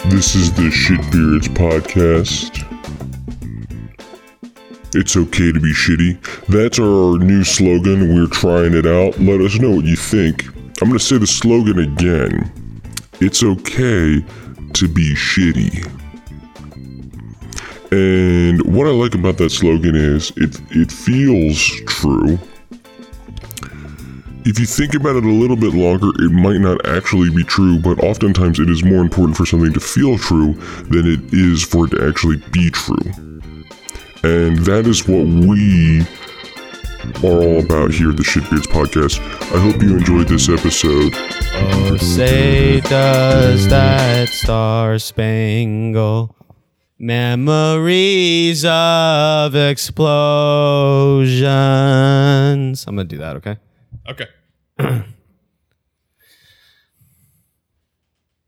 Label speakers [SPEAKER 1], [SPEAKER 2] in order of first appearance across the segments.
[SPEAKER 1] the Shitbeards podcast. It's okay to be shitty. That's our new slogan. We're trying it out. Let us know what you think. I'm going to say the slogan again. It's okay to be shitty. And what I like about that slogan is it it feels true. If you think about it a little bit longer, it might not actually be true, but oftentimes it is more important for something to feel true than it is for it to actually be true. And that is what we are all about here at the Shitbeards Podcast. I hope you enjoyed this episode.
[SPEAKER 2] Oh, say does that star spangle memories of explosions? I'm gonna do that, okay?
[SPEAKER 3] Okay.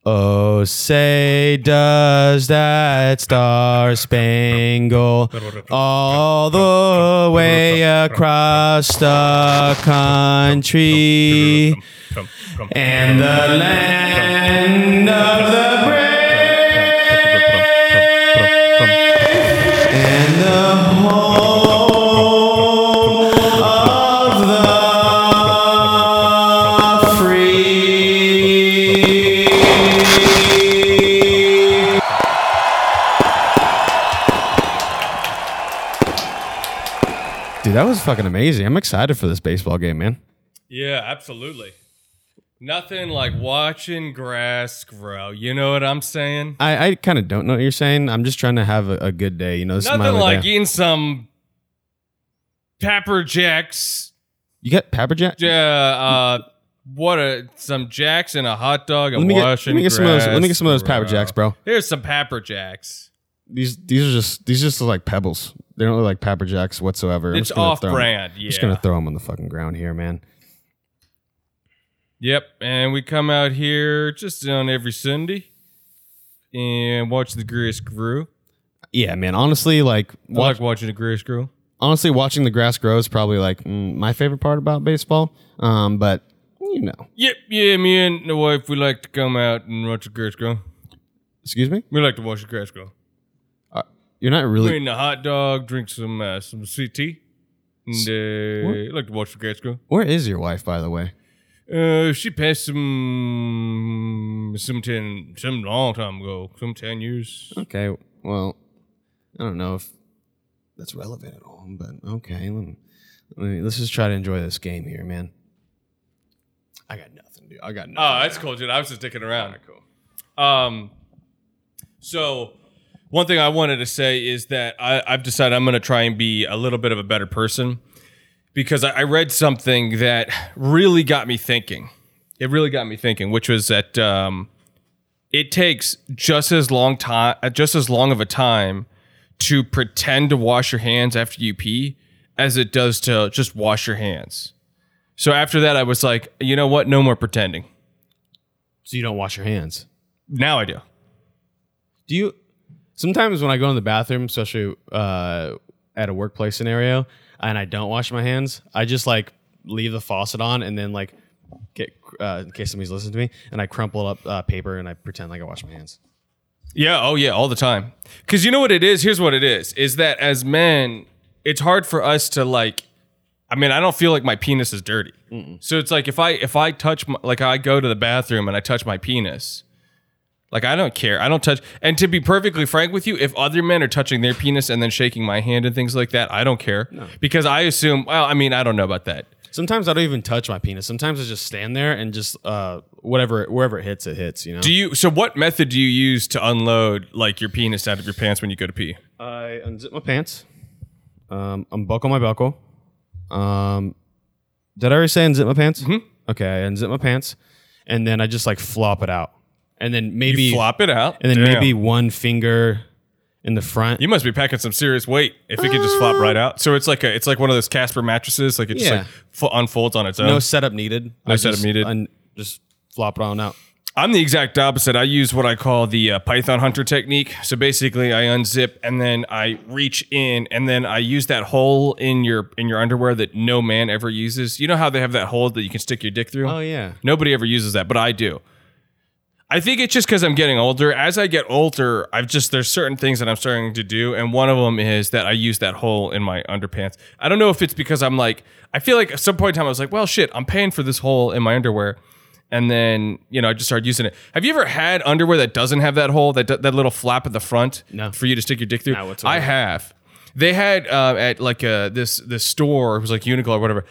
[SPEAKER 2] Oh, say does that star spangle all the way across the country? And the land of the brave and the home of the free. Dude, that was fucking amazing. I'm excited for this baseball game, man.
[SPEAKER 3] Yeah, absolutely. Nothing like watching grass grow. You know what I'm saying?
[SPEAKER 2] I, I kind of don't know what you're saying. I'm just trying to have a, a good day. You know, this is my
[SPEAKER 3] Nothing
[SPEAKER 2] only
[SPEAKER 3] like
[SPEAKER 2] day.
[SPEAKER 3] eating some pepper jacks.
[SPEAKER 2] You got Pepper Jack?
[SPEAKER 3] Yeah, uh, what a some jacks and a hot dog and
[SPEAKER 2] Let me get, let
[SPEAKER 3] washing.
[SPEAKER 2] me get some of those. Let me get some of those Pepper
[SPEAKER 3] Pepper
[SPEAKER 2] Jacks, bro.
[SPEAKER 3] Here's some Pepper Jacks.
[SPEAKER 2] These these are just these just look like pebbles. They don't look like Pepper Jacks whatsoever. I'm
[SPEAKER 3] It's
[SPEAKER 2] just gonna
[SPEAKER 3] off
[SPEAKER 2] throw 'em-
[SPEAKER 3] brand.
[SPEAKER 2] I'm
[SPEAKER 3] Yeah.
[SPEAKER 2] just gonna throw them on the fucking ground here, man.
[SPEAKER 3] Yep, and we come out here just on every Sunday and watch the grass grow.
[SPEAKER 2] Yeah, man. Honestly, like
[SPEAKER 3] I
[SPEAKER 2] watch,
[SPEAKER 3] like watching the grass grow.
[SPEAKER 2] honestly watching the grass grow is probably like mm, my favorite part about baseball. Um, but you know,
[SPEAKER 3] Yep, yeah, me and the wife, we like to come out and watch the grass grow.
[SPEAKER 2] excuse me,
[SPEAKER 3] We like to watch the grass grow.
[SPEAKER 2] you're not
[SPEAKER 3] We
[SPEAKER 2] really.
[SPEAKER 3] eat a hot dog, drink some uh, some sweet tea, and uh, like to watch the grass grow.
[SPEAKER 2] Where is your wife, by the way?
[SPEAKER 3] Uh, she passed some some ten some long time ago, some ten years.
[SPEAKER 2] Okay, well, I don't know if that's relevant at all, but okay. Let me, let me, let's just try to enjoy this game here, man. I got nothing, dude. I got nothing.
[SPEAKER 3] Oh, that's cool, dude. I was just sticking around. cool. Um, so one thing I wanted to say is that I, I've decided I'm going to try and be a little bit of a better person because I, I read something that really got me thinking. It really got me thinking, which was that um, it takes just as long time, just as long of a time to pretend to wash your hands after you pee as it does to just wash your hands. So after that, I was like, you know what? No more pretending.
[SPEAKER 2] so you don't wash your hands.
[SPEAKER 3] Now I do.
[SPEAKER 2] Do you? Sometimes when I go in the bathroom, especially uh, at a workplace scenario, and I don't wash my hands, I just like leave the faucet on and then like get uh, in case somebody's listening to me, and I crumple up uh, paper and I pretend like I wash my hands.
[SPEAKER 3] Yeah. Oh, yeah. All the time. Because you know what it is? Here's what it is is that as men, it's hard for us to like, I mean, I don't feel like my penis is dirty. So it's like if I, if I touch, my, like I go to the bathroom and I touch my penis, like I don't care. I don't touch. And to be perfectly frank with you, if other men are touching their penis and then shaking my hand and things like that, I don't care. Because I assume, well, I mean, I don't know about that.
[SPEAKER 2] Sometimes I don't even touch my penis. Sometimes I just stand there and just uh, whatever wherever it hits, it hits. You know.
[SPEAKER 3] Do you, so what method do you use to unload like your penis out of your pants when you go to pee?
[SPEAKER 2] I unzip my pants, um, unbuckle my buckle. Um, did I already say unzip my pants?
[SPEAKER 3] Mm-hmm.
[SPEAKER 2] Okay, I unzip my pants, and then I just like flop it out, and then maybe
[SPEAKER 3] You flop it out.
[SPEAKER 2] and then
[SPEAKER 3] Damn.
[SPEAKER 2] maybe one finger in the front.
[SPEAKER 3] You must be packing some serious weight if it could just flop right out. So it's like a, it's like one of those Casper mattresses, like it just
[SPEAKER 2] Uh, Yeah.
[SPEAKER 3] like fo- unfolds on its own.
[SPEAKER 2] no setup needed. No
[SPEAKER 3] setup needed.
[SPEAKER 2] And just flop it on out.
[SPEAKER 3] I'm the exact opposite. I use what I call the uh, Python hunter technique. So basically, I unzip and then I reach in and then I use that hole in your in your underwear that no man ever uses. You know how they have that hole that you can stick your dick through?
[SPEAKER 2] Oh yeah.
[SPEAKER 3] Nobody ever uses that, but I do. I think it's just because I'm getting older. As I get older, I've just there's certain things that I'm starting to do, and one of them is that I use that hole in my underpants. I don't know if it's because I'm like I feel like at some point in time I was like, well, shit, I'm paying for this hole in my underwear, and then you know I just started using it. Have you ever had underwear that doesn't have that hole that that little flap at the front
[SPEAKER 2] No.
[SPEAKER 3] for you to stick your dick through?
[SPEAKER 2] Not whatsoever.
[SPEAKER 3] I have. They had uh, at like uh, this this store. It was like Uniqlo or whatever.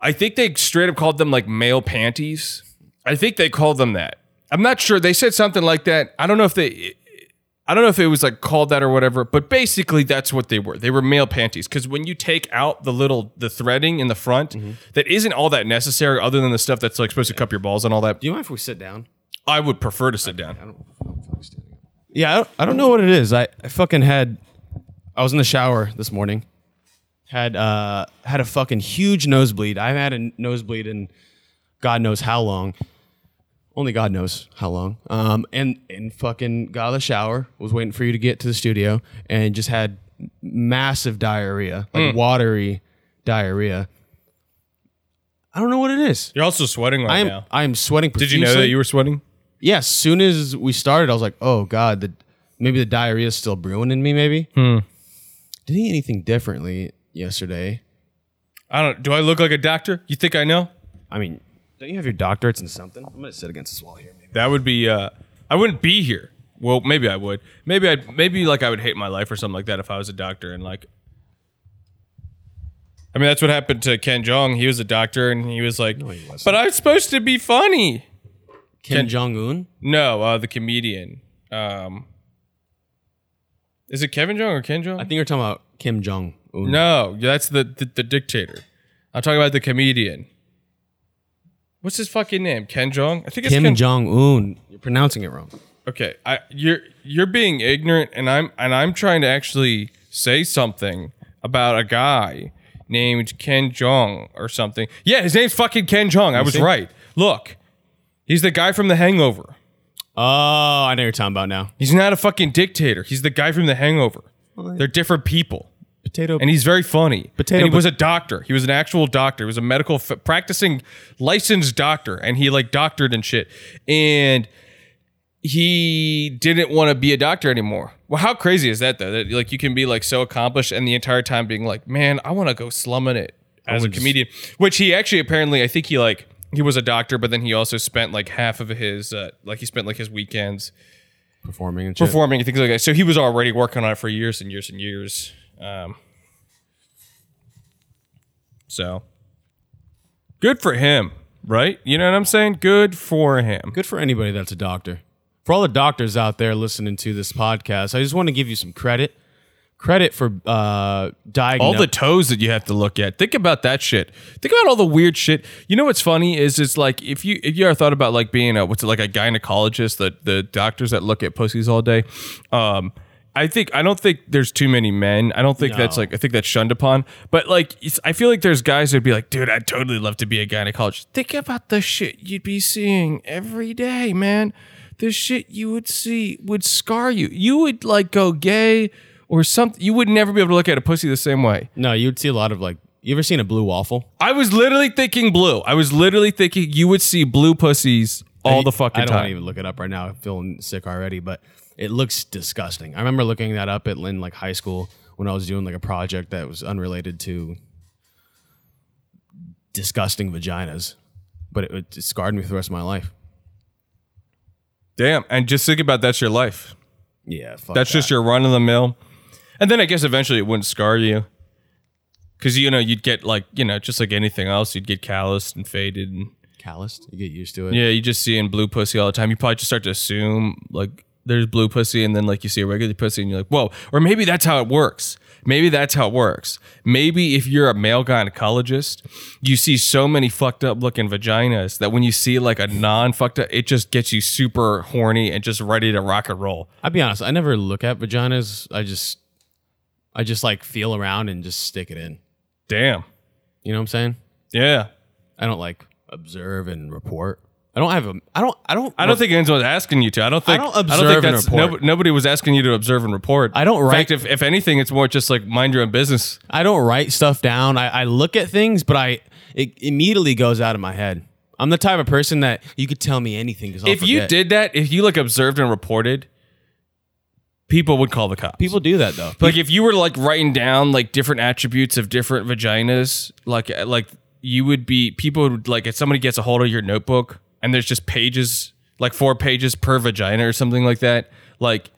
[SPEAKER 3] I think they straight up called them like male panties. I think they called them that. I'm not sure. They said something like that. I don't know if they. I don't know if it was like called that or whatever, but basically that's what they were. They were male panties because when you take out the little the threading in the front,
[SPEAKER 2] Mm-hmm.
[SPEAKER 3] that isn't all that necessary other than the stuff that's like supposed to cup your balls and all that.
[SPEAKER 2] Do you mind if we sit down?
[SPEAKER 3] I would prefer to sit down.
[SPEAKER 2] Yeah, I don't, I don't know what it is. I, I fucking had. I was in the shower this morning. Had uh had a fucking huge nosebleed. I've had a nosebleed in God knows how long. Only God knows how long. Um, and and fucking got out of the shower. Was waiting for you to get to the studio, and just had massive diarrhea, like
[SPEAKER 3] Hmm.
[SPEAKER 2] watery diarrhea. I don't know what it is.
[SPEAKER 3] You're also sweating right
[SPEAKER 2] I am
[SPEAKER 3] now.
[SPEAKER 2] I am sweating.
[SPEAKER 3] Did
[SPEAKER 2] Profusely.
[SPEAKER 3] you know that you were sweating?
[SPEAKER 2] yeah, as soon as we started, I was like, oh God, the, maybe the diarrhea is still brewing in me, maybe.
[SPEAKER 3] Hmm.
[SPEAKER 2] Didn't eat anything differently yesterday.
[SPEAKER 3] I don't. Do I look like a doctor? You think I know?
[SPEAKER 2] I mean, don't you have your doctorates and something? I'm going to sit against this wall here. Maybe.
[SPEAKER 3] That would be. Uh, I wouldn't be here. Well, maybe I would. Maybe I'd. Maybe like I would hate my life or something like that if I was a doctor and like. I mean, that's what happened to Ken Jong. He was a doctor and he was like,
[SPEAKER 2] he wasn't.
[SPEAKER 3] "But I'm supposed to be funny."
[SPEAKER 2] Kim Jong Un?
[SPEAKER 3] No, uh, the comedian. Um, is it Kevin Jong or Ken Jong?
[SPEAKER 2] I think you're talking about Kim Jong Un.
[SPEAKER 3] no, that's the, the the dictator. I'm talking about the comedian. What's his fucking name? Ken Jong? I think it's
[SPEAKER 2] Kim
[SPEAKER 3] Ken
[SPEAKER 2] Jong Un. You're pronouncing it wrong.
[SPEAKER 3] Okay, I you're you're being ignorant, and I'm and I'm trying to actually say something about a guy named Ken Jong or something. Yeah, his name's fucking Ken Jong. I was
[SPEAKER 2] see?
[SPEAKER 3] right. Look, he's the guy from The Hangover.
[SPEAKER 2] Oh, I know you're talking about now.
[SPEAKER 3] He's not a fucking dictator. He's the guy from The Hangover. They're different people,
[SPEAKER 2] Potato.
[SPEAKER 3] and he's very funny.
[SPEAKER 2] Potato
[SPEAKER 3] and he
[SPEAKER 2] pot-
[SPEAKER 3] was a doctor. He was an actual doctor. He was a medical f- practicing licensed doctor, and he like doctored and shit. And he didn't want to be a doctor anymore. Well, how crazy is that though? That like you can be like so accomplished and the entire time being like, man, I want to go slumming it as a comedian. Which he actually apparently, I think he like he was a doctor, but then he also spent like half of his uh, like he spent like his weekends
[SPEAKER 2] performing and shit.
[SPEAKER 3] performing and things like that. So he was already working on it for years and years and years. Um, so good for him, right? You know what I'm saying? Good for him.
[SPEAKER 2] Good for anybody that's a doctor. For all the doctors out there listening to this podcast, I just want to give you some credit. Credit for uh,
[SPEAKER 3] All
[SPEAKER 2] diagnosing.
[SPEAKER 3] the toes that you have to look at. Think about that shit. Think about all the weird shit. You know what's funny is it's like if you if you ever thought about like being a what's it like a gynecologist, the the doctors that look at pussies all day. Um I think I don't think there's too many men. I don't think that's
[SPEAKER 2] No.
[SPEAKER 3] like I think that's shunned upon. But like it's, I feel like there's guys that'd be like, dude, I'd totally love to be a gynecologist. Think about the shit you'd be seeing every day, man. The shit you would see would scar you. You would like go gay or something. You would never be able to look at a pussy the same way.
[SPEAKER 2] No, you'd see a lot of like. You ever seen a blue waffle?
[SPEAKER 3] I was literally thinking blue. I was literally thinking you would see blue pussies all the fucking
[SPEAKER 2] I don't
[SPEAKER 3] time.
[SPEAKER 2] even look it up right now. I'm feeling sick already, but it looks disgusting. I remember looking that up at in like high school when I was doing like a project that was unrelated to disgusting vaginas, but it, it scarred me for the rest of my life.
[SPEAKER 3] Damn. And just think about that's your life.
[SPEAKER 2] Yeah, fuck
[SPEAKER 3] That's
[SPEAKER 2] that.
[SPEAKER 3] just your run of the mill. And then I guess eventually it wouldn't scar you. Cause you know, you'd get like, you know, just like anything else, you'd get calloused and faded and
[SPEAKER 2] calloused. You get used to it.
[SPEAKER 3] yeah, you just seeing blue pussy all the time. You probably just start to assume like there's blue pussy, and then like you see a regular pussy, and you're like, whoa. Or maybe that's how it works. Maybe that's how it works. Maybe if you're a male gynecologist, you see so many fucked up looking vaginas that when you see like a non fucked up, it just gets you super horny and just ready to rock and roll.
[SPEAKER 2] I'll be honest. I never look at vaginas. I just, I just like feel around and just stick it in.
[SPEAKER 3] Damn.
[SPEAKER 2] You know what I'm saying?
[SPEAKER 3] Yeah.
[SPEAKER 2] I don't like observe and report. I don't have a. I don't. I don't.
[SPEAKER 3] I don't think anyone's asking you to. I don't think.
[SPEAKER 2] don't observe and report.
[SPEAKER 3] nobo- nobody was asking you to observe and report.
[SPEAKER 2] I don't
[SPEAKER 3] In
[SPEAKER 2] write-
[SPEAKER 3] fact, if, if anything, it's more just like mind your own business.
[SPEAKER 2] I don't write stuff down. I, I look at things, but I it immediately goes out of my head. I'm the type of person that you could tell me anything because
[SPEAKER 3] if you did that, if you like observed and reported, people would call the cops.
[SPEAKER 2] people do that though.
[SPEAKER 3] like if you were like writing down like different attributes of different vaginas, like uh, like you would be people would like if somebody gets a hold of your notebook and there's just pages like four pages per vagina or something like that, like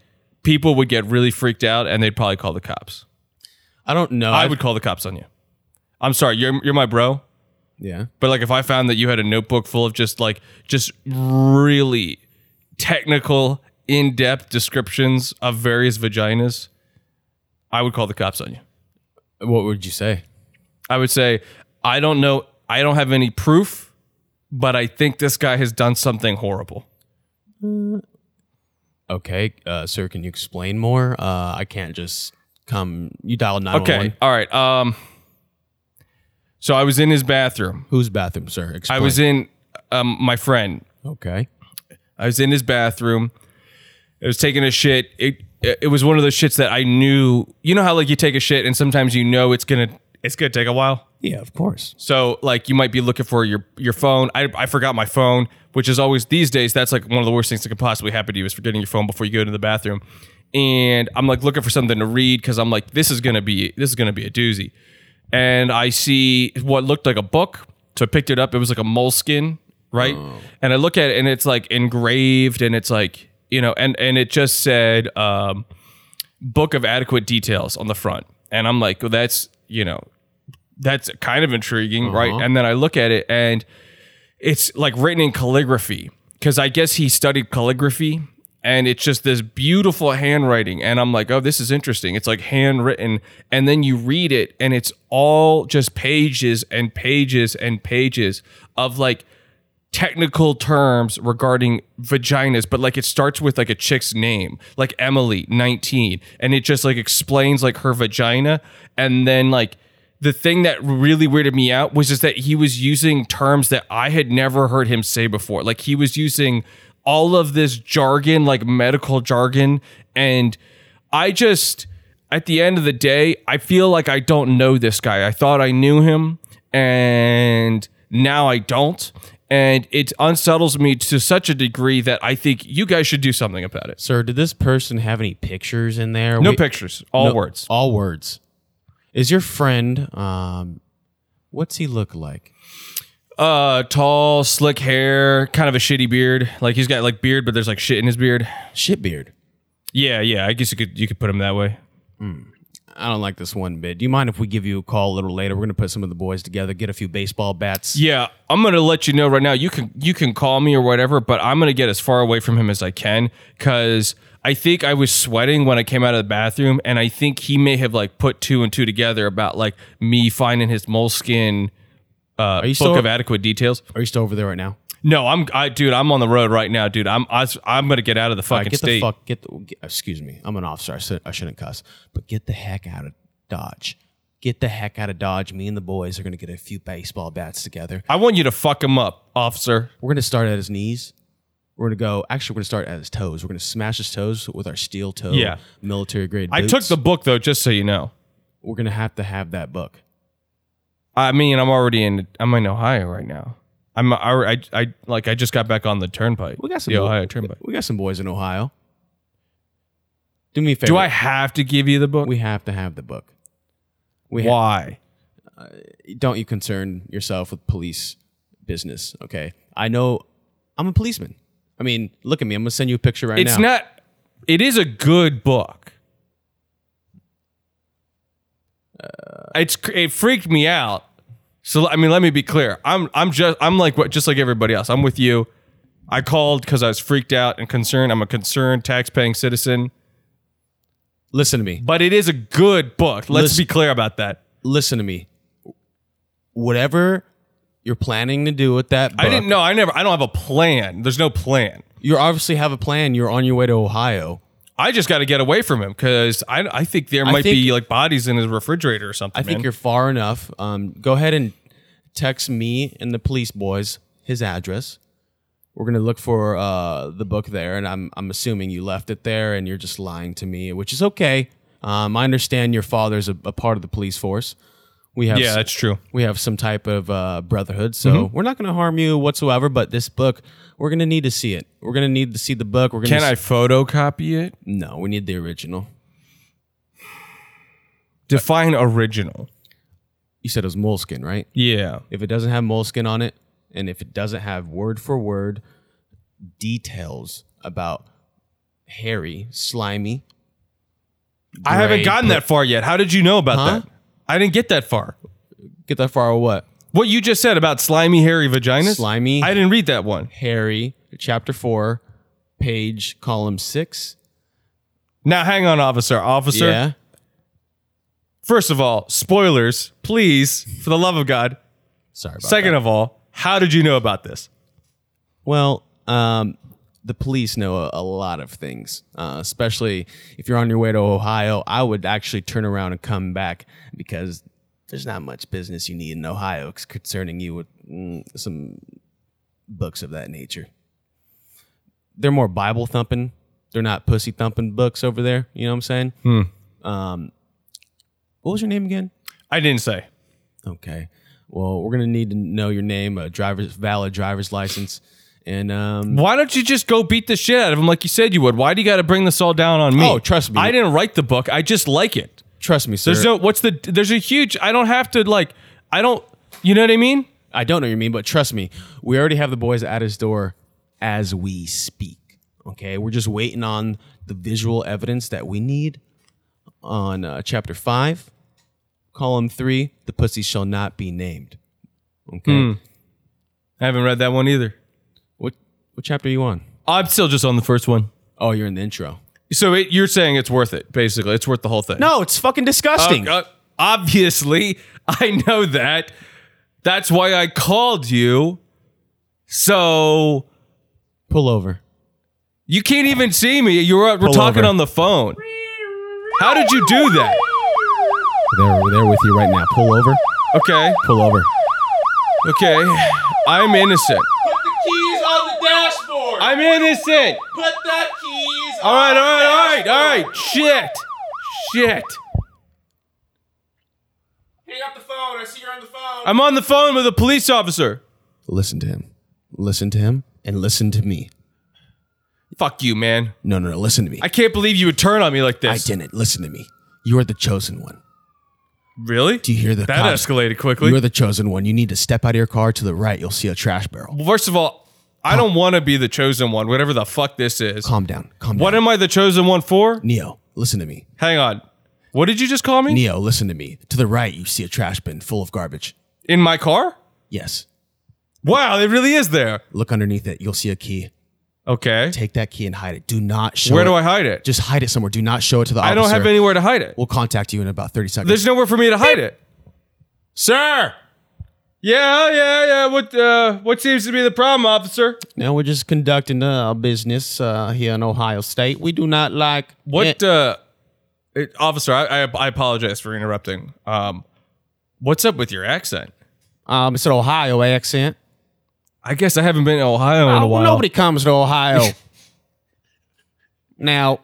[SPEAKER 3] people would get really freaked out and they'd probably call the cops.
[SPEAKER 2] I don't know.
[SPEAKER 3] I would call the cops on you. I'm sorry, you're you're my bro.
[SPEAKER 2] Yeah.
[SPEAKER 3] But like if I found that you had a notebook full of just like just really technical, in-depth descriptions of various vaginas, I would call the cops on you.
[SPEAKER 2] What would you say?
[SPEAKER 3] I would say, I don't know, I don't have any proof, but I think this guy has done something horrible.
[SPEAKER 2] Okay, uh, sir. Can you explain more? Uh, I can't just come. You dialed nine one
[SPEAKER 3] Okay.
[SPEAKER 2] one.
[SPEAKER 3] All right. Um so I was in his bathroom.
[SPEAKER 2] Whose bathroom, sir? Explain.
[SPEAKER 3] I was in um my friend
[SPEAKER 2] Okay.
[SPEAKER 3] I was in his bathroom. I was taking a shit. It it was one of those shits that I knew. You know how like you take a shit and sometimes you know it's gonna it's gonna take a while.
[SPEAKER 2] Yeah, of course.
[SPEAKER 3] So like you might be looking for your your phone. I I forgot my phone, which is always these days. That's like one of the worst things that could possibly happen to you is forgetting your phone before you go to the bathroom. And I'm like looking for something to read because I'm like this is gonna be this is gonna be a doozy. And I see what looked like a book, so I picked it up. It was like a moleskin, right? And I look at it and it's like engraved and it's like you know and and it just said. um book of adequate details on the front. And I'm like, well, that's, you know, that's kind of intriguing, right? And then I look at it and it's like written in calligraphy because I guess he studied calligraphy and it's just this beautiful handwriting. And I'm like, oh, this is interesting. It's like handwritten. And then you read it and it's all just pages and pages and pages of like, technical terms regarding vaginas, but like it starts with like a chick's name, like Emily, 19, and it just like explains like her vagina. And then like the thing that really weirded me out was just that he was using terms that I had never heard him say before. Like he was using all of this jargon, like medical jargon. And I just, at the end of the day, I feel like I don't know this guy. I thought I knew him and now I don't. And it unsettles me to such a degree that I think you guys should do something about it.
[SPEAKER 2] Sir, did this person have any pictures in there?
[SPEAKER 3] No
[SPEAKER 2] We-
[SPEAKER 3] pictures, all
[SPEAKER 2] no-
[SPEAKER 3] words.
[SPEAKER 2] All words. Is your friend? Um, what's he look like?
[SPEAKER 3] Uh, tall, slick hair, kind of a shitty beard. Like he's got like beard, but there's like shit in his beard.
[SPEAKER 2] Shitbeard.
[SPEAKER 3] Yeah, yeah. I guess you could you could put him that way.
[SPEAKER 2] I don't like this one bit. Do you mind if we give you a call a little later? We're gonna put some of the boys together, get a few baseball bats.
[SPEAKER 3] Yeah, I'm gonna let you know right now. You can you can call me or whatever, but I'm gonna get as far away from him as I can because I think I was sweating when I came out of the bathroom, and I think he may have like put two and two together about like me finding his moleskin uh,
[SPEAKER 2] you
[SPEAKER 3] book
[SPEAKER 2] still-
[SPEAKER 3] of adequate details.
[SPEAKER 2] Are you still over there right now?
[SPEAKER 3] No, I'm I dude, I'm on the road right now, dude. I'm I, am i am gonna get out of the
[SPEAKER 2] All right,
[SPEAKER 3] fucking
[SPEAKER 2] get the
[SPEAKER 3] state.
[SPEAKER 2] fuck. Get the. Get, excuse me. I'm an officer. I, should, I shouldn't cuss. But get the heck out of Dodge. Get the heck out of Dodge. Me and the boys are gonna get a few baseball bats together.
[SPEAKER 3] I want you to fuck him up, officer.
[SPEAKER 2] We're gonna start at his knees. We're gonna go. Actually, we're gonna start at his toes. We're gonna smash his toes with our steel toe,
[SPEAKER 3] Yeah.
[SPEAKER 2] military grade.
[SPEAKER 3] I took
[SPEAKER 2] boots.
[SPEAKER 3] the book though, just so you know.
[SPEAKER 2] We're gonna have to have that book.
[SPEAKER 3] I mean, I'm already in. I'm in Ohio right now. I'm I, I, I like I just got back on the turnpike.
[SPEAKER 2] We got some.
[SPEAKER 3] the
[SPEAKER 2] boy-
[SPEAKER 3] Ohio turnpike.
[SPEAKER 2] We got some boys in Ohio. Do me a favor.
[SPEAKER 3] Do I have to give you the book?
[SPEAKER 2] We have to have the book. We ha-
[SPEAKER 3] Why?
[SPEAKER 2] don't you concern yourself with police business, okay? I know I'm a policeman. I mean, look at me. I'm gonna send you a picture right
[SPEAKER 3] It's
[SPEAKER 2] now.
[SPEAKER 3] not. It is a good book.
[SPEAKER 2] Uh.
[SPEAKER 3] It's cr- it freaked me out. So I mean, let me be clear. I'm I'm just I'm like what just like everybody else. I'm with you. I called because I was freaked out and concerned. I'm a concerned tax-paying citizen,
[SPEAKER 2] Listen to me.
[SPEAKER 3] but it is a good book. Let's
[SPEAKER 2] Listen-
[SPEAKER 3] be clear about that.
[SPEAKER 2] Listen to me. Whatever you're planning to do with that book,
[SPEAKER 3] I didn't know. I never. I don't have a plan. There's no plan.
[SPEAKER 2] you obviously have a plan. You're on your way to Ohio.
[SPEAKER 3] I just got to get away from him because I, I think there might
[SPEAKER 2] think-
[SPEAKER 3] be like bodies in his refrigerator or something.
[SPEAKER 2] I think
[SPEAKER 3] man.
[SPEAKER 2] you're far enough. Um, go ahead and text me and the police boys his address. We're gonna look for uh, the book there, and I'm I'm assuming you left it there, and you're just lying to me, which is okay. Um, I understand your father's a, a part of the police force. We have
[SPEAKER 3] yeah, Mm-hmm. that's true.
[SPEAKER 2] we have some type of uh, brotherhood. So we're not going to harm you whatsoever. But this book, we're going to need to see it. We're going to need to see the book. We're going
[SPEAKER 3] Can
[SPEAKER 2] to
[SPEAKER 3] I photocopy it?
[SPEAKER 2] No, we need the original.
[SPEAKER 3] Define original.
[SPEAKER 2] You said it was moleskin, right?
[SPEAKER 3] Yeah.
[SPEAKER 2] If it doesn't have moleskin on it, and if it doesn't have word for word details about hairy, slimy,
[SPEAKER 3] I haven't
[SPEAKER 2] Gray
[SPEAKER 3] gotten that far yet. How did you know about
[SPEAKER 2] Huh?
[SPEAKER 3] that? I didn't get that far.
[SPEAKER 2] get that far or what?
[SPEAKER 3] What you just said about slimy, hairy vaginas?
[SPEAKER 2] Slimy.
[SPEAKER 3] I didn't read that one.
[SPEAKER 2] Hairy, chapter four, page, column six.
[SPEAKER 3] Now, hang on, officer. Officer,
[SPEAKER 2] Yeah.
[SPEAKER 3] first of all, spoilers, please, for the love of God.
[SPEAKER 2] Sorry about
[SPEAKER 3] Second of all, how did you know about this?
[SPEAKER 2] Well, um, the police know a, a lot of things, uh, especially if you're on your way to Ohio. I would actually turn around and come back because there's not much business you need in Ohio c- concerning you with mm, some books of that nature. They're more Bible thumping. They're not pussy thumping books over there. You know what I'm saying? Um, what was your name again?
[SPEAKER 3] I didn't say.
[SPEAKER 2] Okay. Well, we're gonna need to know your name, a driver's valid driver's license, and um,
[SPEAKER 3] Why don't you just go beat the shit out of him like you said you would? Why do you got to bring this all down on me?
[SPEAKER 2] Oh, trust me.
[SPEAKER 3] I didn't write the book. I just like it.
[SPEAKER 2] Trust me, sir.
[SPEAKER 3] There's no, what's the, there's a huge, I don't have to, like, I don't, you know what I mean?
[SPEAKER 2] I don't know what you mean, but trust me, we already have the boys at his door as we speak. Okay, we're just waiting on the visual evidence that we need on uh, chapter five, column three. The pussy shall not be named. Okay,
[SPEAKER 3] I haven't read that one either.
[SPEAKER 2] what what chapter are you on?
[SPEAKER 3] I'm still just on the first one.
[SPEAKER 2] Oh, you're in the intro.
[SPEAKER 3] So it, you're saying it's worth it, basically. It's worth the whole thing.
[SPEAKER 2] No, it's fucking disgusting.
[SPEAKER 3] Uh, obviously, I know that. That's why I called you. So
[SPEAKER 2] Pull over.
[SPEAKER 3] you can't even see me. You were, we're talking
[SPEAKER 2] over.
[SPEAKER 3] on the phone. How did you do that?
[SPEAKER 2] They're they're with you right now. Pull over.
[SPEAKER 3] Okay.
[SPEAKER 2] Pull over.
[SPEAKER 3] Okay. I'm innocent.
[SPEAKER 4] keys on the dashboard.
[SPEAKER 3] I'm innocent.
[SPEAKER 4] Put that keys.
[SPEAKER 3] All right, all right, all right, all right. Shit. Shit.
[SPEAKER 4] Hang up the phone. I see you're on the phone.
[SPEAKER 3] I'm on the phone with a police officer.
[SPEAKER 2] Listen to him. Listen to him and listen to me.
[SPEAKER 3] Fuck you, man.
[SPEAKER 2] No, no, no. Listen to me.
[SPEAKER 3] I can't believe you would turn on me like
[SPEAKER 2] I
[SPEAKER 3] this.
[SPEAKER 2] didn't. Listen to me. You are the chosen one.
[SPEAKER 3] Really?
[SPEAKER 2] Do you hear the
[SPEAKER 3] That
[SPEAKER 2] cops?
[SPEAKER 3] escalated quickly.
[SPEAKER 2] You're the chosen one. You need to step out of your car to the right. You'll see a trash barrel.
[SPEAKER 3] Well, First of all, I don't want to be the chosen one, whatever the fuck this is.
[SPEAKER 2] Calm down. Calm
[SPEAKER 3] What
[SPEAKER 2] down.
[SPEAKER 3] am I the chosen one for?
[SPEAKER 2] Neo, listen to me.
[SPEAKER 3] Hang on. What did you just call me?
[SPEAKER 2] Neo, listen to me. To the right, you see a trash bin full of garbage.
[SPEAKER 3] In my car?
[SPEAKER 2] Yes.
[SPEAKER 3] Wow, it really is there.
[SPEAKER 2] Look underneath it. You'll see a key.
[SPEAKER 3] Okay.
[SPEAKER 2] Take that key and hide it. Do not show
[SPEAKER 3] Where
[SPEAKER 2] it.
[SPEAKER 3] do I hide it?
[SPEAKER 2] Just hide it somewhere. Do not show it to the
[SPEAKER 3] I
[SPEAKER 2] officer.
[SPEAKER 3] don't have anywhere to hide it.
[SPEAKER 2] We'll contact you in about 30 seconds.
[SPEAKER 3] There's nowhere for me to hide it. Sir. Yeah, yeah, yeah. What uh what seems to be the problem, officer?
[SPEAKER 2] now we're just conducting uh, our business uh, here in Ohio State. We do not like
[SPEAKER 3] What
[SPEAKER 2] Eh.
[SPEAKER 3] uh it- officer, I, I I apologize for interrupting. Um what's up with your accent?
[SPEAKER 2] um, it's an Ohio accent.
[SPEAKER 3] I guess I haven't been to Ohio in a
[SPEAKER 2] Oh,
[SPEAKER 3] while.
[SPEAKER 2] Nobody comes to Ohio. now,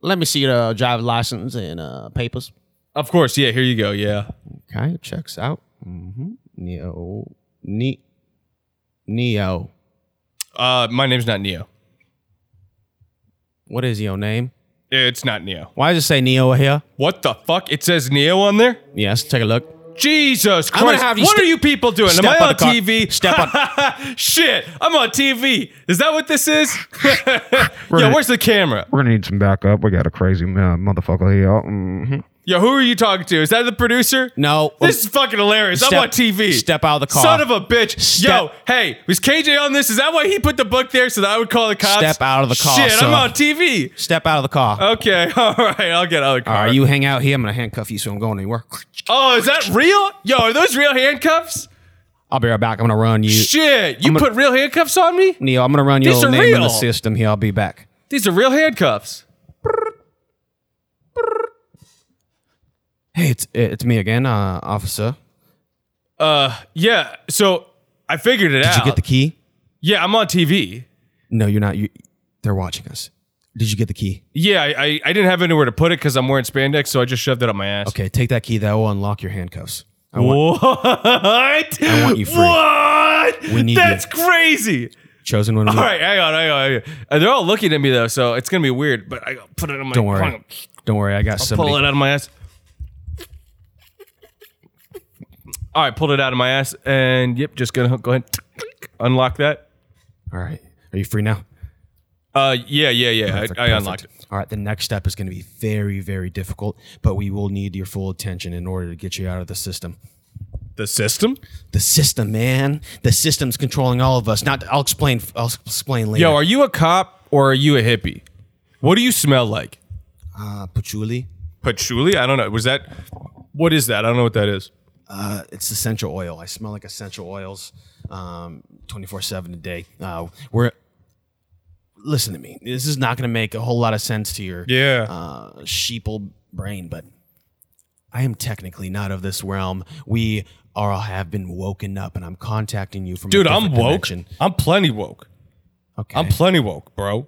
[SPEAKER 2] let me see the driver's license and uh, papers.
[SPEAKER 3] Of course, yeah, here you go. Yeah.
[SPEAKER 2] Okay, checks out. Mm-hmm. Neo, ne- Neo.
[SPEAKER 3] Uh, my name's not Neo.
[SPEAKER 2] What is your name?
[SPEAKER 3] It's not Neo.
[SPEAKER 2] Why does it say Neo here?
[SPEAKER 3] What the fuck? It says Neo on there?
[SPEAKER 2] Yes, take a look.
[SPEAKER 3] Jesus
[SPEAKER 2] I'm gonna
[SPEAKER 3] Christ.
[SPEAKER 2] have you
[SPEAKER 3] what
[SPEAKER 2] ste-
[SPEAKER 3] are you people doing? Am
[SPEAKER 2] step
[SPEAKER 3] I
[SPEAKER 2] on
[SPEAKER 3] on
[SPEAKER 2] the car-
[SPEAKER 3] TV?
[SPEAKER 2] step
[SPEAKER 3] Shit, I'm on TV. Is that what this is? Yo,
[SPEAKER 5] Right.
[SPEAKER 3] where's the camera?
[SPEAKER 5] We're gonna need some backup. We got a crazy uh, motherfucker here.
[SPEAKER 2] Mm-hmm.
[SPEAKER 5] Mhm.
[SPEAKER 3] Yo, who are you talking to? Is that the producer?
[SPEAKER 2] No. um,
[SPEAKER 3] This is fucking hilarious. I'm
[SPEAKER 2] Step-
[SPEAKER 3] on TV.
[SPEAKER 2] step out of the car.
[SPEAKER 3] Son of a bitch. Yo,
[SPEAKER 2] Step-
[SPEAKER 3] hey, was KJ on this? Is that why he put the book there so that I would call the cops?
[SPEAKER 2] Step out of the car,
[SPEAKER 3] Shit, I'm
[SPEAKER 2] son.
[SPEAKER 3] on TV.
[SPEAKER 2] Step out of the car.
[SPEAKER 3] Okay, all right, I'll get out of the
[SPEAKER 2] All
[SPEAKER 3] car.
[SPEAKER 2] right, you hang out here. I'm going to handcuff you so I'm going anywhere.
[SPEAKER 3] Oh, is that real? Yo, are those real handcuffs?
[SPEAKER 2] I'll be right back. I'm going to run you.
[SPEAKER 3] Shit, you put real handcuffs on me?
[SPEAKER 2] Neo, I'm going to run your
[SPEAKER 3] These are
[SPEAKER 2] name in
[SPEAKER 3] real.
[SPEAKER 2] the system here. I'll be back.
[SPEAKER 3] These are real handcuffs.
[SPEAKER 2] Hey, it's it's me again, uh, officer.
[SPEAKER 3] Uh, yeah. So I figured it out.
[SPEAKER 2] Did you get the key?
[SPEAKER 3] yeah, I'm on TV.
[SPEAKER 2] No, you're not. You, they're watching us. Did you get the key?
[SPEAKER 3] Yeah, I, I, I didn't have anywhere to put it because I'm wearing spandex, so I just shoved it up my ass.
[SPEAKER 2] Okay, take that key. That will unlock your handcuffs. What? I want you free.
[SPEAKER 3] What?
[SPEAKER 2] We need
[SPEAKER 3] That's
[SPEAKER 2] you.
[SPEAKER 3] crazy.
[SPEAKER 2] Chosen one. Of
[SPEAKER 3] All
[SPEAKER 2] the-
[SPEAKER 3] right, hang on, hang on, hang on. Uh, They're all looking at me though, so it's gonna be weird. But I gotta put it on my.
[SPEAKER 2] Don't worry.
[SPEAKER 3] I'm gonna
[SPEAKER 2] Don't worry, I got somebody.
[SPEAKER 3] Pull it out of my ass. All right, pulled it out of my ass, and yep, just gonna go ahead, unlock that.
[SPEAKER 2] All right, are you free now?
[SPEAKER 3] Uh, yeah, yeah, yeah.
[SPEAKER 2] Perfect,
[SPEAKER 3] I, I
[SPEAKER 2] perfect.
[SPEAKER 3] unlocked it.
[SPEAKER 2] All right, the next step is going to be very, very difficult, but we will need your full attention in order to get you out of the system.
[SPEAKER 3] The system?
[SPEAKER 2] The system, man. The system's controlling all of us. Not, I'll explain. I'll explain later.
[SPEAKER 3] Yo, are you a cop or are you a hippie? What do you smell like?
[SPEAKER 2] uh, patchouli.
[SPEAKER 3] Patchouli? I don't know. Was that? What is that? I don't know what that is.
[SPEAKER 2] Uh, it's essential oil. I smell like essential oils, um, twenty four seven a day. Uh, we're listen to me. This is not going to make a whole lot of sense to your
[SPEAKER 3] Yeah.
[SPEAKER 2] uh, sheeple brain, but I am technically not of this realm. We are have been woken up, and I'm contacting you from a
[SPEAKER 3] Dude, I'm
[SPEAKER 2] different
[SPEAKER 3] woke.
[SPEAKER 2] dimension.
[SPEAKER 3] I'm plenty woke.
[SPEAKER 2] Okay,
[SPEAKER 3] I'm plenty woke, bro.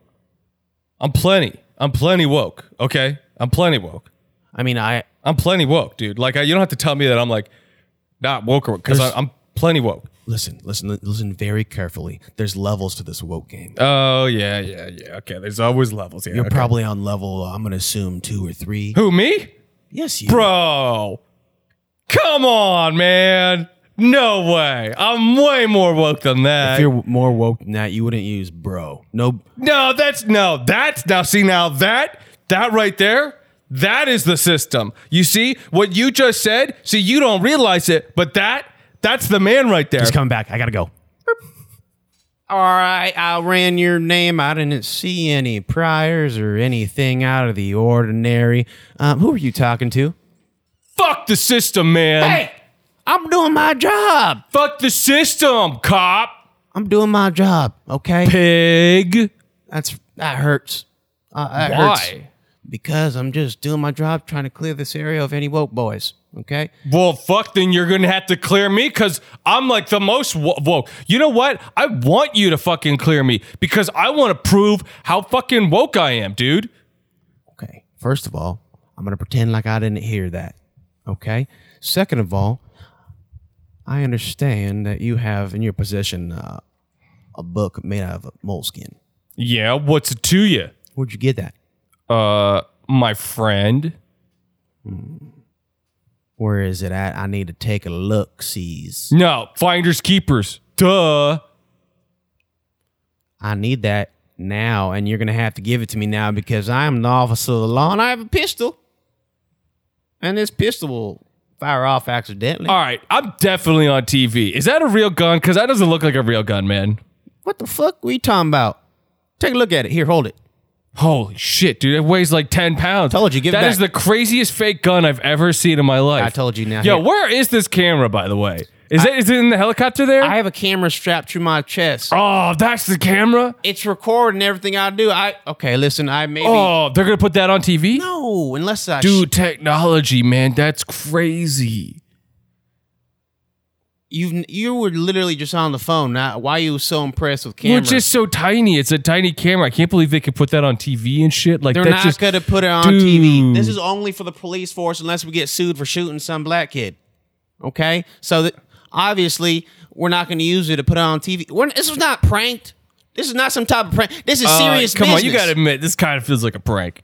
[SPEAKER 3] I'm plenty. I'm plenty woke. Okay. I'm plenty woke.
[SPEAKER 2] I mean, I
[SPEAKER 3] I'm plenty woke, dude. Like I, you don't have to tell me that I'm like not woke or because
[SPEAKER 2] There's-
[SPEAKER 3] I'm plenty woke.
[SPEAKER 2] listen, listen, listen very carefully. There's levels to this woke game.
[SPEAKER 3] Oh yeah, yeah, yeah. Okay. There's always levels here.
[SPEAKER 2] You're
[SPEAKER 3] okay.
[SPEAKER 2] probably on level. I'm going to assume two or three.
[SPEAKER 3] Who me,
[SPEAKER 2] Yes, you.
[SPEAKER 3] bro? Come on, man. No way. I'm way more woke than
[SPEAKER 2] If
[SPEAKER 3] that.
[SPEAKER 2] you're more woke than that, you wouldn't use bro. No,
[SPEAKER 3] No, that's no, that's now see now that that right there, that is the system. You see what you just said? See, you don't realize it, but that that's the man right there.
[SPEAKER 2] he's coming back. I gotta go. All right, I ran your name. I didn't see any priors or anything out of the ordinary. Um, who are you talking to?
[SPEAKER 3] Fuck the system, man.
[SPEAKER 2] I'm doing my job.
[SPEAKER 3] Fuck the system, cop.
[SPEAKER 2] I'm doing my job. Okay,
[SPEAKER 3] Pig.
[SPEAKER 2] that's that hurts. Uh, that hurts.
[SPEAKER 3] Why?
[SPEAKER 2] Because I'm just doing my job, trying to clear this area of any woke boys. Okay.
[SPEAKER 3] Well, fuck, then you're going to have to clear me because I'm like the most wo- woke. You know what? I want you to fucking clear me because I want to prove how fucking woke I am, dude.
[SPEAKER 2] Okay. First of all, I'm going to pretend like I didn't hear that. Okay. Second of all, I understand that you have in your possession uh, a book made out of moleskin.
[SPEAKER 3] Yeah, what's it to you?
[SPEAKER 2] Where'd you get that?
[SPEAKER 3] Uh, my friend.
[SPEAKER 2] Where is it at? I need to take a look, sees.
[SPEAKER 3] No, finders keepers. Duh.
[SPEAKER 2] I need that now, and you're going to have to give it to me now because I am an officer of the law and I have a pistol. And this pistol will fire off accidentally.
[SPEAKER 3] All right, I'm definitely on TV. Is that a real gun? Because that doesn't look like a real gun, man.
[SPEAKER 2] What the fuck we talking about? Take a look at it. Here, hold it.
[SPEAKER 3] Holy shit, dude! It weighs like ten pounds.
[SPEAKER 2] Told you, give it
[SPEAKER 3] That
[SPEAKER 2] back.
[SPEAKER 3] is the craziest fake gun I've ever seen in my life.
[SPEAKER 2] I told you now.
[SPEAKER 3] Yo,
[SPEAKER 2] Here.
[SPEAKER 3] where is this camera, by the way? Is that is it in the helicopter there?
[SPEAKER 2] I have a camera strapped to my chest.
[SPEAKER 3] oh, that's the camera.
[SPEAKER 2] It's recording everything I do. I okay. Listen, I maybe
[SPEAKER 3] Oh, they're gonna put that on TV.
[SPEAKER 2] no, unless I
[SPEAKER 3] Dude, technology, man, that's crazy.
[SPEAKER 2] you you were literally just on the phone. Not why you were so impressed with camera.
[SPEAKER 3] We're just so tiny. It's a tiny camera. I can't believe they could put that on TV and shit. Like
[SPEAKER 2] They're
[SPEAKER 3] that's
[SPEAKER 2] not
[SPEAKER 3] just
[SPEAKER 2] gonna put it on
[SPEAKER 3] Dude.
[SPEAKER 2] TV. This is only for the police force, unless we get sued for shooting some black kid. Okay, so that obviously we're not gonna use it to put it on TV. We're, this is not pranked. This is not some type of prank. This is
[SPEAKER 3] Uh,
[SPEAKER 2] serious.
[SPEAKER 3] Come on, you
[SPEAKER 2] business.
[SPEAKER 3] gotta admit this kind of feels like a prank.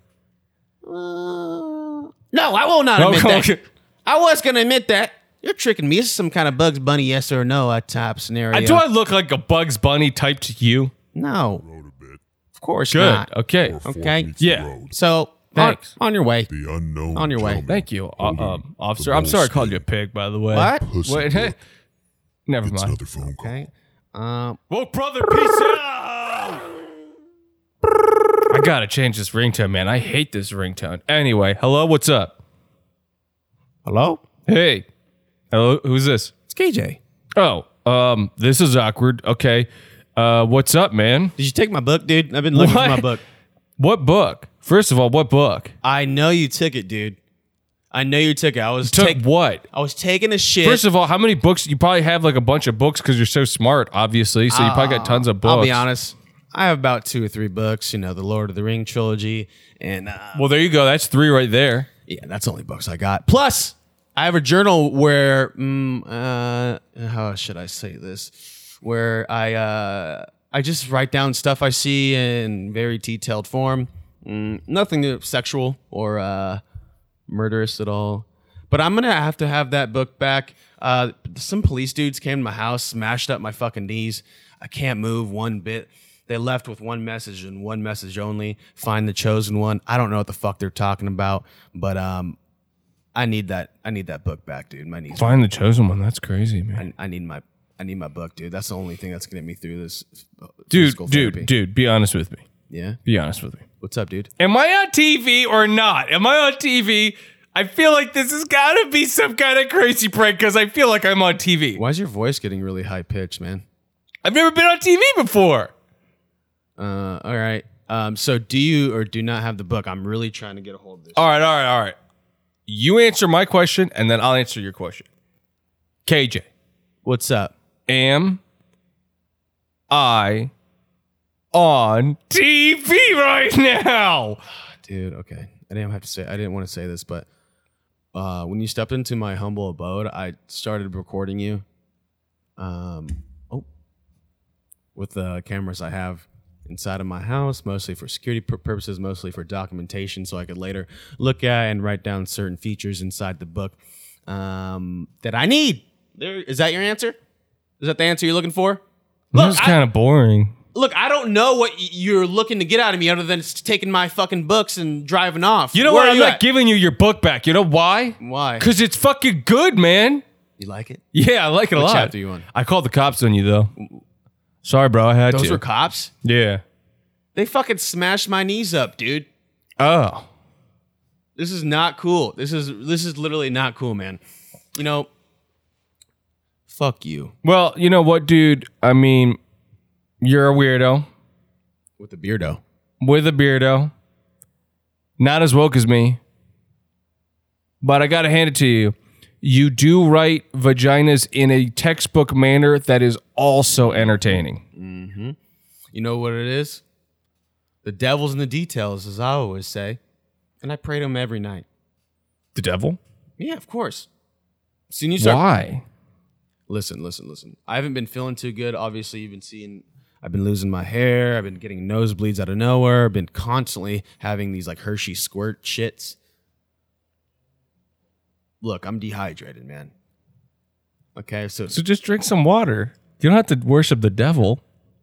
[SPEAKER 2] Uh, no, I will not admit
[SPEAKER 3] come on.
[SPEAKER 2] that. I was gonna admit that. You're tricking me. This is some kind of Bugs Bunny yes or no uh, type scenario.
[SPEAKER 3] I- Do I look like a Bugs Bunny type to you?
[SPEAKER 2] no, of course
[SPEAKER 3] Good.
[SPEAKER 2] not.
[SPEAKER 3] Okay.
[SPEAKER 2] Okay.
[SPEAKER 3] Yeah.
[SPEAKER 2] So on,
[SPEAKER 3] Thanks.
[SPEAKER 2] on your way.
[SPEAKER 1] The unknown.
[SPEAKER 2] On your way.
[SPEAKER 1] gentleman.
[SPEAKER 3] Thank you, uh,
[SPEAKER 1] Hold on.
[SPEAKER 3] um, officer.
[SPEAKER 1] The
[SPEAKER 3] I'm sorry I called
[SPEAKER 1] bullskin.
[SPEAKER 3] you a pig, by the way.
[SPEAKER 2] What?
[SPEAKER 1] Pussy
[SPEAKER 3] Wait,
[SPEAKER 1] book.
[SPEAKER 3] Never
[SPEAKER 1] It's
[SPEAKER 3] mind.
[SPEAKER 1] another phone call.
[SPEAKER 2] Okay. Um,
[SPEAKER 3] Woke brother, peace out. I gotta change this ringtone, man. I hate this ringtone. Anyway, hello, what's up?
[SPEAKER 2] hello.
[SPEAKER 3] Hey, hello, who's this?
[SPEAKER 2] It's KJ.
[SPEAKER 3] Oh, um, this is awkward. Okay, uh, what's up, man?
[SPEAKER 2] Did you take my book, dude? I've been looking
[SPEAKER 3] What?
[SPEAKER 2] for my book.
[SPEAKER 3] What book? First of all, what book?
[SPEAKER 2] I know you took it, dude. I know you took it. I was
[SPEAKER 3] Took
[SPEAKER 2] take,
[SPEAKER 3] what?
[SPEAKER 2] I was taking a shit.
[SPEAKER 3] First of all, how many books? You probably have like a bunch of books because you're so smart, obviously. So you probably got tons of books.
[SPEAKER 2] Uh, I'll be honest. I have about two or three books. You know, the Lord of the Ring trilogy, and uh,
[SPEAKER 3] Well, there you go. That's three right there.
[SPEAKER 2] Yeah, that's the only books I got. Plus, I have a journal where, mm, uh, how should I say this? Where I uh, I just write down stuff I see in very detailed form. Mm, nothing sexual or uh, murderous at all. But I'm gonna have to have that book back. Uh, some police dudes came to my house, smashed up my fucking knees. I can't move one bit. They left with one message and one message only: find the chosen one. I don't know what the fuck they're talking about, but um, I need that. I need that book back, dude. My knees.
[SPEAKER 3] Find the chosen one. That's crazy, man.
[SPEAKER 2] I, I need my. I need my book, dude. That's the only thing that's gonna get me through this. uh,
[SPEAKER 3] Dude,
[SPEAKER 2] physical
[SPEAKER 3] dude,
[SPEAKER 2] therapy.
[SPEAKER 3] dude, be honest with me.
[SPEAKER 2] Yeah.
[SPEAKER 3] Be honest with me.
[SPEAKER 2] What's up, dude?
[SPEAKER 3] Am I on TV or not? Am I on TV? I feel like this has got to be some kind of crazy prank because I feel like I'm on TV.
[SPEAKER 2] Why is your voice getting really high pitched, man?
[SPEAKER 3] I've never been on TV before.
[SPEAKER 2] Uh, all right. Um, so do you or do not have the book? I'm really trying to get a hold of this.
[SPEAKER 3] All right, all right, all right. You answer my question and then I'll answer your question. KJ,
[SPEAKER 2] What's up?
[SPEAKER 3] am I on TV right now?
[SPEAKER 2] dude. Okay, I didn't have to say. I didn't want to say this, but uh, when you stepped into my humble abode, I started recording you. Um, oh, with the cameras I have inside of my house, mostly for security pur- purposes, mostly for documentation, so I could later look at and write down certain features inside the book um, that I need. There is that your answer? Is that the answer you're looking for? Look, I-
[SPEAKER 3] of boring.
[SPEAKER 2] look, I don't know what y- you're looking to get out of me other than s- taking my fucking books and driving off.
[SPEAKER 3] You know
[SPEAKER 2] Where
[SPEAKER 3] what?
[SPEAKER 2] are
[SPEAKER 3] I'm
[SPEAKER 2] you
[SPEAKER 3] not
[SPEAKER 2] at?
[SPEAKER 3] giving you your book back. You know why?
[SPEAKER 2] Why?
[SPEAKER 3] Because it's fucking good, man.
[SPEAKER 2] You like it?
[SPEAKER 3] Yeah, I like it a
[SPEAKER 2] What
[SPEAKER 3] lot.
[SPEAKER 2] chapter you on?
[SPEAKER 3] I called the cops on you though. Sorry, bro. I had
[SPEAKER 2] Those
[SPEAKER 3] to.
[SPEAKER 2] were cops.
[SPEAKER 3] yeah.
[SPEAKER 2] They fucking smashed my knees up, dude.
[SPEAKER 3] Oh.
[SPEAKER 2] This is not cool. This is this is literally not cool, man. You know, fuck you
[SPEAKER 3] Well, you know what, dude? I mean, you're a weirdo
[SPEAKER 2] with the beardo.
[SPEAKER 3] with a beardo. Not as woke as me. But I gotta hand it to you. You do write vaginas in a textbook manner that is also entertaining.
[SPEAKER 2] You know what it is? The devil's in the details, as I always say, and I pray to him every night.
[SPEAKER 3] The devil?
[SPEAKER 2] Yeah, of course. Soon you start
[SPEAKER 3] Why?
[SPEAKER 2] listen, listen, listen. I haven't been feeling too good. Obviously, you've been seeing. I've been losing my hair. I've been getting nosebleeds out of nowhere. I've been constantly having these like Hershey squirt shits. Look, I'm dehydrated, man. Okay, so
[SPEAKER 3] So just drink some water. You don't have to worship the devil.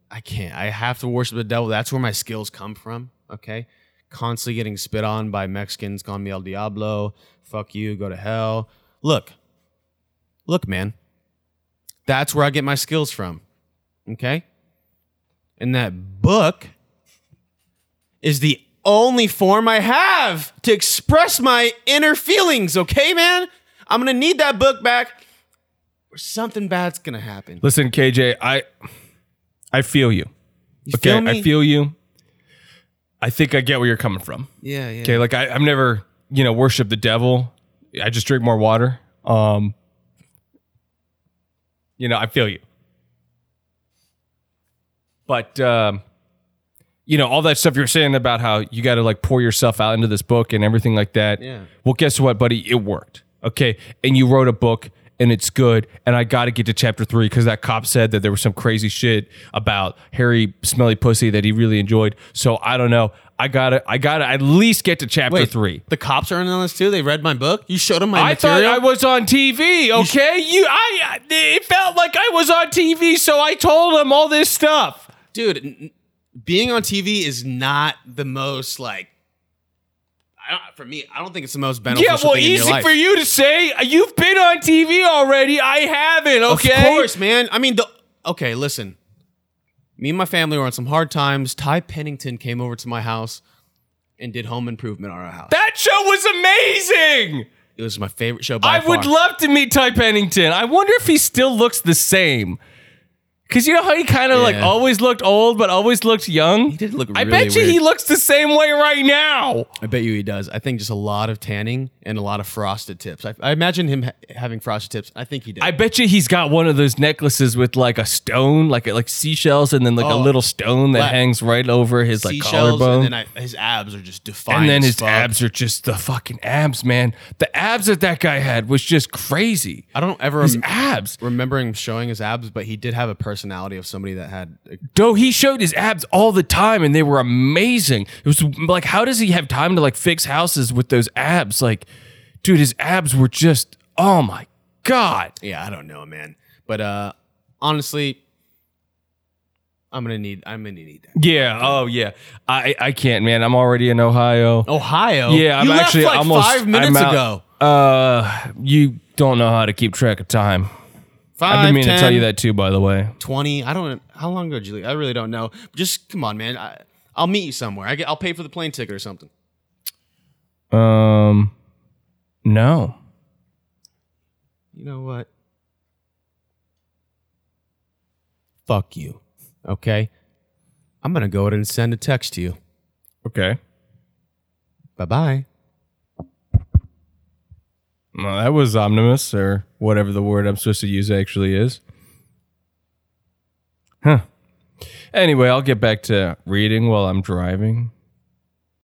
[SPEAKER 2] I can't. I have to worship the devil. That's where my skills come from. Okay. Constantly getting spit on by Mexicans, Con me el diablo. Fuck you. Go to hell. Look, look, man. That's where I get my skills from. Okay. And that book is the only form I have to express my inner feelings. Okay, man. I'm going to need that book back or something bad's going to happen.
[SPEAKER 3] Listen, KJ, I I feel you.
[SPEAKER 2] You
[SPEAKER 3] Okay,
[SPEAKER 2] feel me?
[SPEAKER 3] I feel you. I think I get where you're coming from.
[SPEAKER 2] Yeah, yeah.
[SPEAKER 3] Okay, like I, I've never, you know, worshiped the devil. I just drink more water. Um, you know, I feel you. But um, you know, all that stuff you're saying about how you got to like pour yourself out into this book and everything like that.
[SPEAKER 2] Yeah.
[SPEAKER 3] Well, guess what, buddy? It worked. Okay, and you wrote a book. And it's good, and I got to get to chapter three because that cop said that there was some crazy shit about hairy, smelly pussy that he really enjoyed. So I don't know. I gotta, I gotta at least get to chapter
[SPEAKER 2] Wait,
[SPEAKER 3] three.
[SPEAKER 2] The cops are in on this too. They read my book. You showed them my
[SPEAKER 3] I thought
[SPEAKER 2] material.
[SPEAKER 3] I was on TV. Okay, you, I. It felt like I was on TV, so I told him all this stuff.
[SPEAKER 2] Dude, n- n- being on TV is not the most like. I don't, for me, I don't think it's the most beneficial
[SPEAKER 3] Yeah, well,
[SPEAKER 2] thing in your
[SPEAKER 3] easy
[SPEAKER 2] life.
[SPEAKER 3] for you to say. You've been on TV already. I haven't. Okay,
[SPEAKER 2] Of course, man. I mean, the okay. Listen, me and my family were on some hard times. Ty Pennington came over to my house and did home improvement on our house.
[SPEAKER 3] That show was amazing.
[SPEAKER 2] it was my favorite show. By
[SPEAKER 3] I would
[SPEAKER 2] far.
[SPEAKER 3] love to meet Ty Pennington. I wonder if he still looks the same. Cause you know how he kind of like
[SPEAKER 2] Yeah.
[SPEAKER 3] always looked old, but always looked young.
[SPEAKER 2] He did look
[SPEAKER 3] I
[SPEAKER 2] really
[SPEAKER 3] bet you he
[SPEAKER 2] weird.
[SPEAKER 3] looks the same way right now.
[SPEAKER 2] I bet you he does. I think just a lot of tanning and a lot of frosted tips. I, I imagine him ha- having frosted tips. I think he did.
[SPEAKER 3] I bet you he's got one of those necklaces with like a stone, like like seashells, and then like a
[SPEAKER 2] Oh.
[SPEAKER 3] little stone that
[SPEAKER 2] Like-
[SPEAKER 3] hangs right over his like collarbone.
[SPEAKER 2] and then I, his abs are just defined.
[SPEAKER 3] and then
[SPEAKER 2] as
[SPEAKER 3] his
[SPEAKER 2] fuck.
[SPEAKER 3] abs are just the fucking abs, man. The abs that that guy had was just crazy.
[SPEAKER 2] I don't ever
[SPEAKER 3] His
[SPEAKER 2] rem-
[SPEAKER 3] abs,
[SPEAKER 2] remember him showing his abs, but he did have a personality of somebody that had. uh,
[SPEAKER 3] though, he showed his abs all the time, and they were amazing. It was like, how does he have time to like fix houses with those abs? Like, dude, his abs were just, oh my god.
[SPEAKER 2] Yeah, I don't know, man. But uh, honestly, I'm gonna need. I'm gonna need that.
[SPEAKER 3] Yeah. Oh yeah. I I can't, man. I'm already in Ohio.
[SPEAKER 2] Ohio.
[SPEAKER 3] Yeah, I'm
[SPEAKER 2] you left
[SPEAKER 3] actually
[SPEAKER 2] like
[SPEAKER 3] almost
[SPEAKER 2] five minutes
[SPEAKER 3] I'm out-
[SPEAKER 2] ago.
[SPEAKER 3] Uh, you don't know how to keep track of time.
[SPEAKER 2] Five,
[SPEAKER 3] I've been meaning to tell
[SPEAKER 2] 10,
[SPEAKER 3] you that too, by the way.
[SPEAKER 2] 20. I don't how long ago did you leave? I really don't know. Just come on, man. I, I'll meet you somewhere. I get, I'll pay for the plane ticket or something.
[SPEAKER 3] Um, no.
[SPEAKER 2] You know what? Fuck you. Okay? I'm going to go ahead and send a text to you.
[SPEAKER 3] Okay.
[SPEAKER 2] Bye-bye.
[SPEAKER 3] Well, Uh, that was omnibus or whatever the word I'm supposed to use actually is. Huh. Anyway, I'll get back to reading while I'm driving.